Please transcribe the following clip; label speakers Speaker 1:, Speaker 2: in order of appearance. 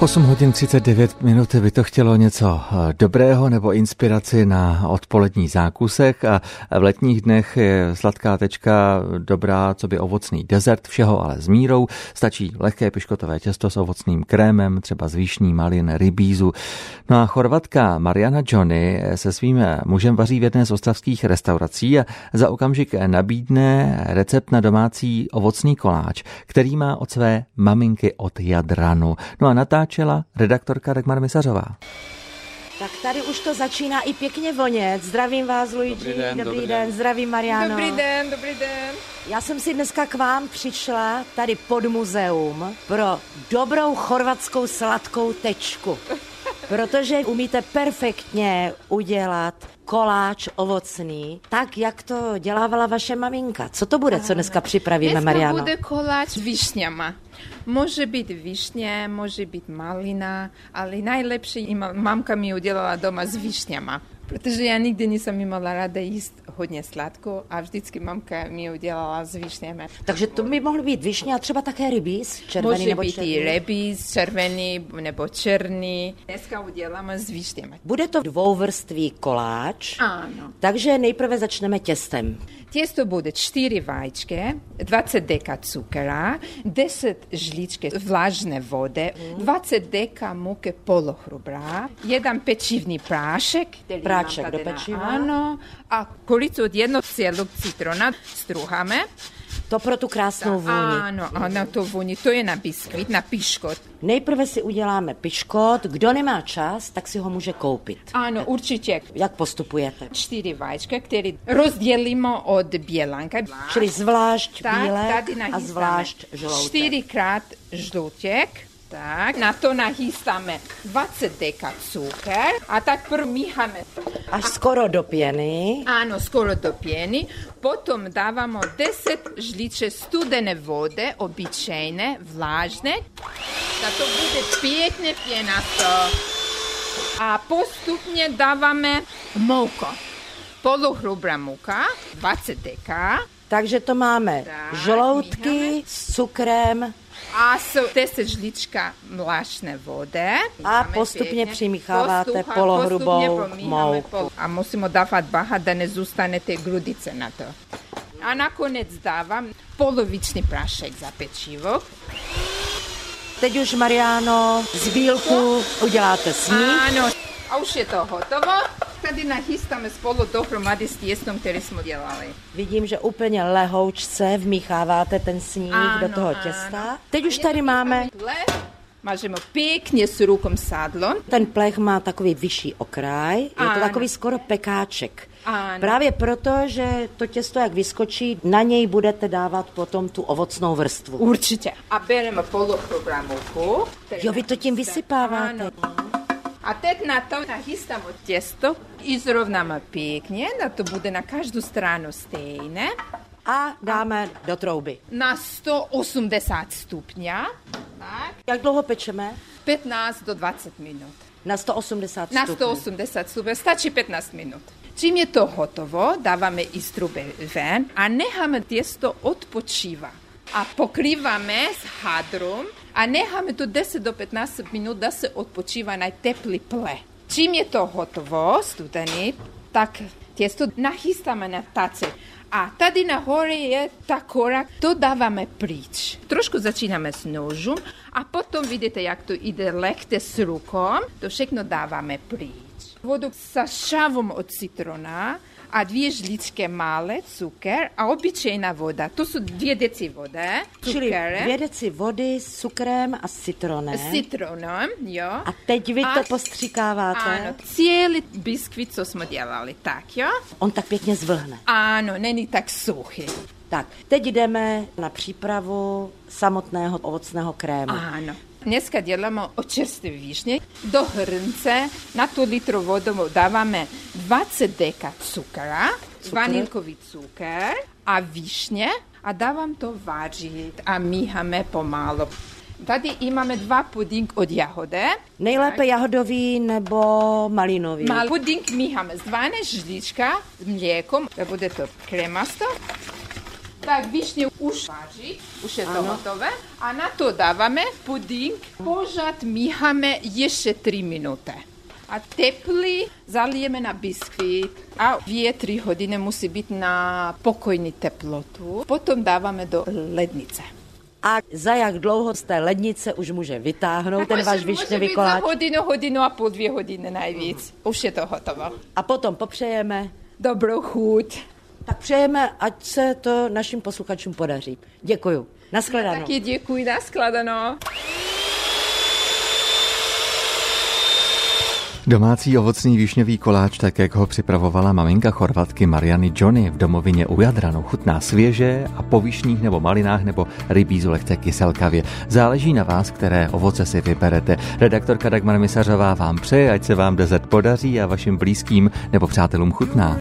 Speaker 1: 8 hodin 39 minut by to chtělo něco eh, dobrého nebo inspiraci na odpolední zákusek a v letních dnech je sladká tečka dobrá, co by ovocný dezert, všeho ale s mírou. Stačí lehké piškotové těsto s ovocným krémem, třeba z výšní malin, rybízu. No a chorvatka Mariana Johnny se svým mužem vaří v jedné z ostravských restaurací a za okamžik nabídne recept na domácí ovocný koláč, který má od své maminky od Jadranu. No a natáčí natáčela redaktorka Dagmar Misařová.
Speaker 2: Tak tady už to začíná i pěkně vonět. Zdravím vás, Luigi.
Speaker 3: Dobrý den,
Speaker 2: dobrý
Speaker 3: dobrý
Speaker 2: den.
Speaker 3: den.
Speaker 2: zdravím Mariano.
Speaker 4: Dobrý den, dobrý den.
Speaker 2: Já jsem si dneska k vám přišla tady pod muzeum pro dobrou chorvatskou sladkou tečku. Protože umíte perfektně udělat koláč ovocný, tak jak to dělávala vaše maminka. Co to bude, co dneska připravíme,
Speaker 4: Dneska
Speaker 2: Mariano?
Speaker 4: bude koláč s višnjama. Može biti višnje, može biti malina, ali najlepši ima, mamka mi je udjelala doma s višnjama. Protože ja nigdje nisam imala rada ist hodně slatko, a vždycky mamka mi je udjelala s višnjama.
Speaker 2: Takže to by mohly být višně a třeba také rybíz, červený
Speaker 4: Može
Speaker 2: nebo
Speaker 4: biti i
Speaker 2: černý.
Speaker 4: rebiz, červeni nebo černi. Dneska udjelama s višnjama.
Speaker 2: Bude to dvouvrství koláč.
Speaker 4: Ano.
Speaker 2: Takže nejprve začneme těstem.
Speaker 4: Tijesto bude 4 vajčke, 20 deka cukera, 10 žličke vlažne vode, 20 deka muke polohrubra, jedan pečivni prašek, ili
Speaker 2: Prašek
Speaker 4: nam
Speaker 2: do
Speaker 4: kada na-
Speaker 2: pečiva.
Speaker 4: ano, a kolicu od jednog cijelog citrona struhame.
Speaker 2: To pro tu krásnou vůni.
Speaker 4: Ano, a na to vuni, to je na biskvit, na piškot.
Speaker 2: Nejprve si uděláme piškot. Kdo nemá čas, tak si ho může koupit.
Speaker 4: Ano, určitě.
Speaker 2: Jak postupujete?
Speaker 4: 4 vajčka, které rozdělíme od bělanka.
Speaker 2: Čili zvlášť
Speaker 4: Tak,
Speaker 2: bílek
Speaker 4: tady
Speaker 2: a
Speaker 4: nahýstáme.
Speaker 2: zvlášť žloutek.
Speaker 4: Čtyřikrát žlutěk. Tak, na to nahýstáme 20 deka cukr a tak promíháme.
Speaker 2: Až skoro do pěny.
Speaker 4: Ano, skoro do pjeni. Potom dávamo 10 žliče studene vode, običajne, vlažne, da to bude pjekne pjenasto. A postupnje davame moko. Polohrubra muka, 20 deka,
Speaker 2: Takže to máme
Speaker 4: Tak,
Speaker 2: žloutky
Speaker 4: mícháme.
Speaker 2: s cukrem
Speaker 4: A jsou 10 žlička mláčné vody. Dáme
Speaker 2: postupně
Speaker 4: pěkně.
Speaker 2: přimícháváte polohrubou
Speaker 4: postupně promíháme
Speaker 2: mouku.
Speaker 4: pol- A musíme dávat baha, da ne zůstane ty grudice na to. A nakonec dávám polovičný prášek za pečivo.
Speaker 2: Teď už, Mariano, z bílku uděláte sníh.
Speaker 4: Ano. A už je to hotovo. Tady nachystáme spolu dohromady s těstem, který jsme dělali.
Speaker 2: Vidím, že úplně lehoučce vmícháváte ten sníh do
Speaker 4: Ano,
Speaker 2: toho
Speaker 4: ano.
Speaker 2: těsta. Teď už
Speaker 4: A
Speaker 2: tady
Speaker 4: je to
Speaker 2: máme,
Speaker 4: takhle. Mažeme pěkně s rukom sádlom.
Speaker 2: ten plech má takový vyšší okraj, je to
Speaker 4: Ano.
Speaker 2: takový skoro pekáček.
Speaker 4: Ano.
Speaker 2: Právě proto, že to těsto jak vyskočí, na něj budete dávat potom tu ovocnou vrstvu.
Speaker 4: Určitě. A bereme poloprogramovku.
Speaker 2: Jo, vy to tím vysypáváte.
Speaker 4: Ano. A teď na to nachystáme těsto i zrovnáme pěkně, na to bude na každou stranu stejné,
Speaker 2: A dáme do trouby.
Speaker 4: na 180 stupňa, tak,
Speaker 2: Jak dlouho pečeme?
Speaker 4: 15 do 20 minut.
Speaker 2: Na 180
Speaker 4: Na
Speaker 2: stupňů.
Speaker 4: 180 stupňa, stačí 15 minut. Čím je to hotovo, dáváme iz trube ven a necháme těsto odpočíva. A pokrýváme s hadrom a necháme to 10 do 15 minut, da se odpočíva na teplý ple. Čím je to hotovo, studený, tak těsto nachystáme na tace. A tady nahoře je ta korak, to dáváme pryč. Trošku začínáme s nožem a potom vidíte, jak to jde lehce s rukom. To všechno dáváme pryč. Vodu sa šavom od citrona a dvije žličke male, cuker, a običajna voda. To su dvije deci vode,
Speaker 2: Čili dvě
Speaker 4: cukere,
Speaker 2: deci vody s cukrem a s citronem.
Speaker 4: s citronom, jo.
Speaker 2: A teď vy to
Speaker 4: A-
Speaker 2: postřikáváte.
Speaker 4: Ano, cijeli biskvit, co smo dělali, tak jo?
Speaker 2: On tak pěkně zvlhne.
Speaker 4: Ano, není tak suchy.
Speaker 2: Tak, teď jdeme na přípravu samotného ovocného krému.
Speaker 4: Ano. Dneska děláme očerstvé višnje. Do hrnce na tu litru vodu dáváme 20 deka cukra, vanilkový cukr a višnje a dávam to vařit a míháme pomalu. Tady imáme dva puding od jahode.
Speaker 2: Nejlépe jahodový nebo malinový.
Speaker 4: Mal puding míháme z 12 žlička s mlékom, da bude to kremasto. tak višně už vaří, už je to hotové. A na to dáváme puding, pořád míháme ještě 3 minuty. A teplý zalijeme na biskvit a dvě, tři hodiny musí být na pokojní teplotu. Potom dáváme do lednice.
Speaker 2: A za jak dlouho z té lednice už může vytáhnout ten
Speaker 4: Takže
Speaker 2: váš
Speaker 4: může
Speaker 2: višňový
Speaker 4: být za
Speaker 2: koláč.
Speaker 4: hodinu, hodinu a půl, dvě hodiny nejvíc. Už je to hotovo.
Speaker 2: A potom popřejeme.
Speaker 4: Dobrou chuť.
Speaker 2: Tak přejeme, ať se to našim posluchačům podaří. Děkuju. Naschledanou.
Speaker 4: Taky děkuji, nashledanou.
Speaker 1: Domácí ovocný výšňový koláč, tak jak ho připravovala maminka chorvatky Mariany Johnny v domovině u Jadranu, chutná svěže a po výšních nebo malinách nebo rybí z lehce kyselkavě. Záleží na vás, které ovoce si vyberete. Redaktorka Dagmar Misařová vám přeje, ať se vám dezert podaří a vašim blízkým nebo přátelům chutná.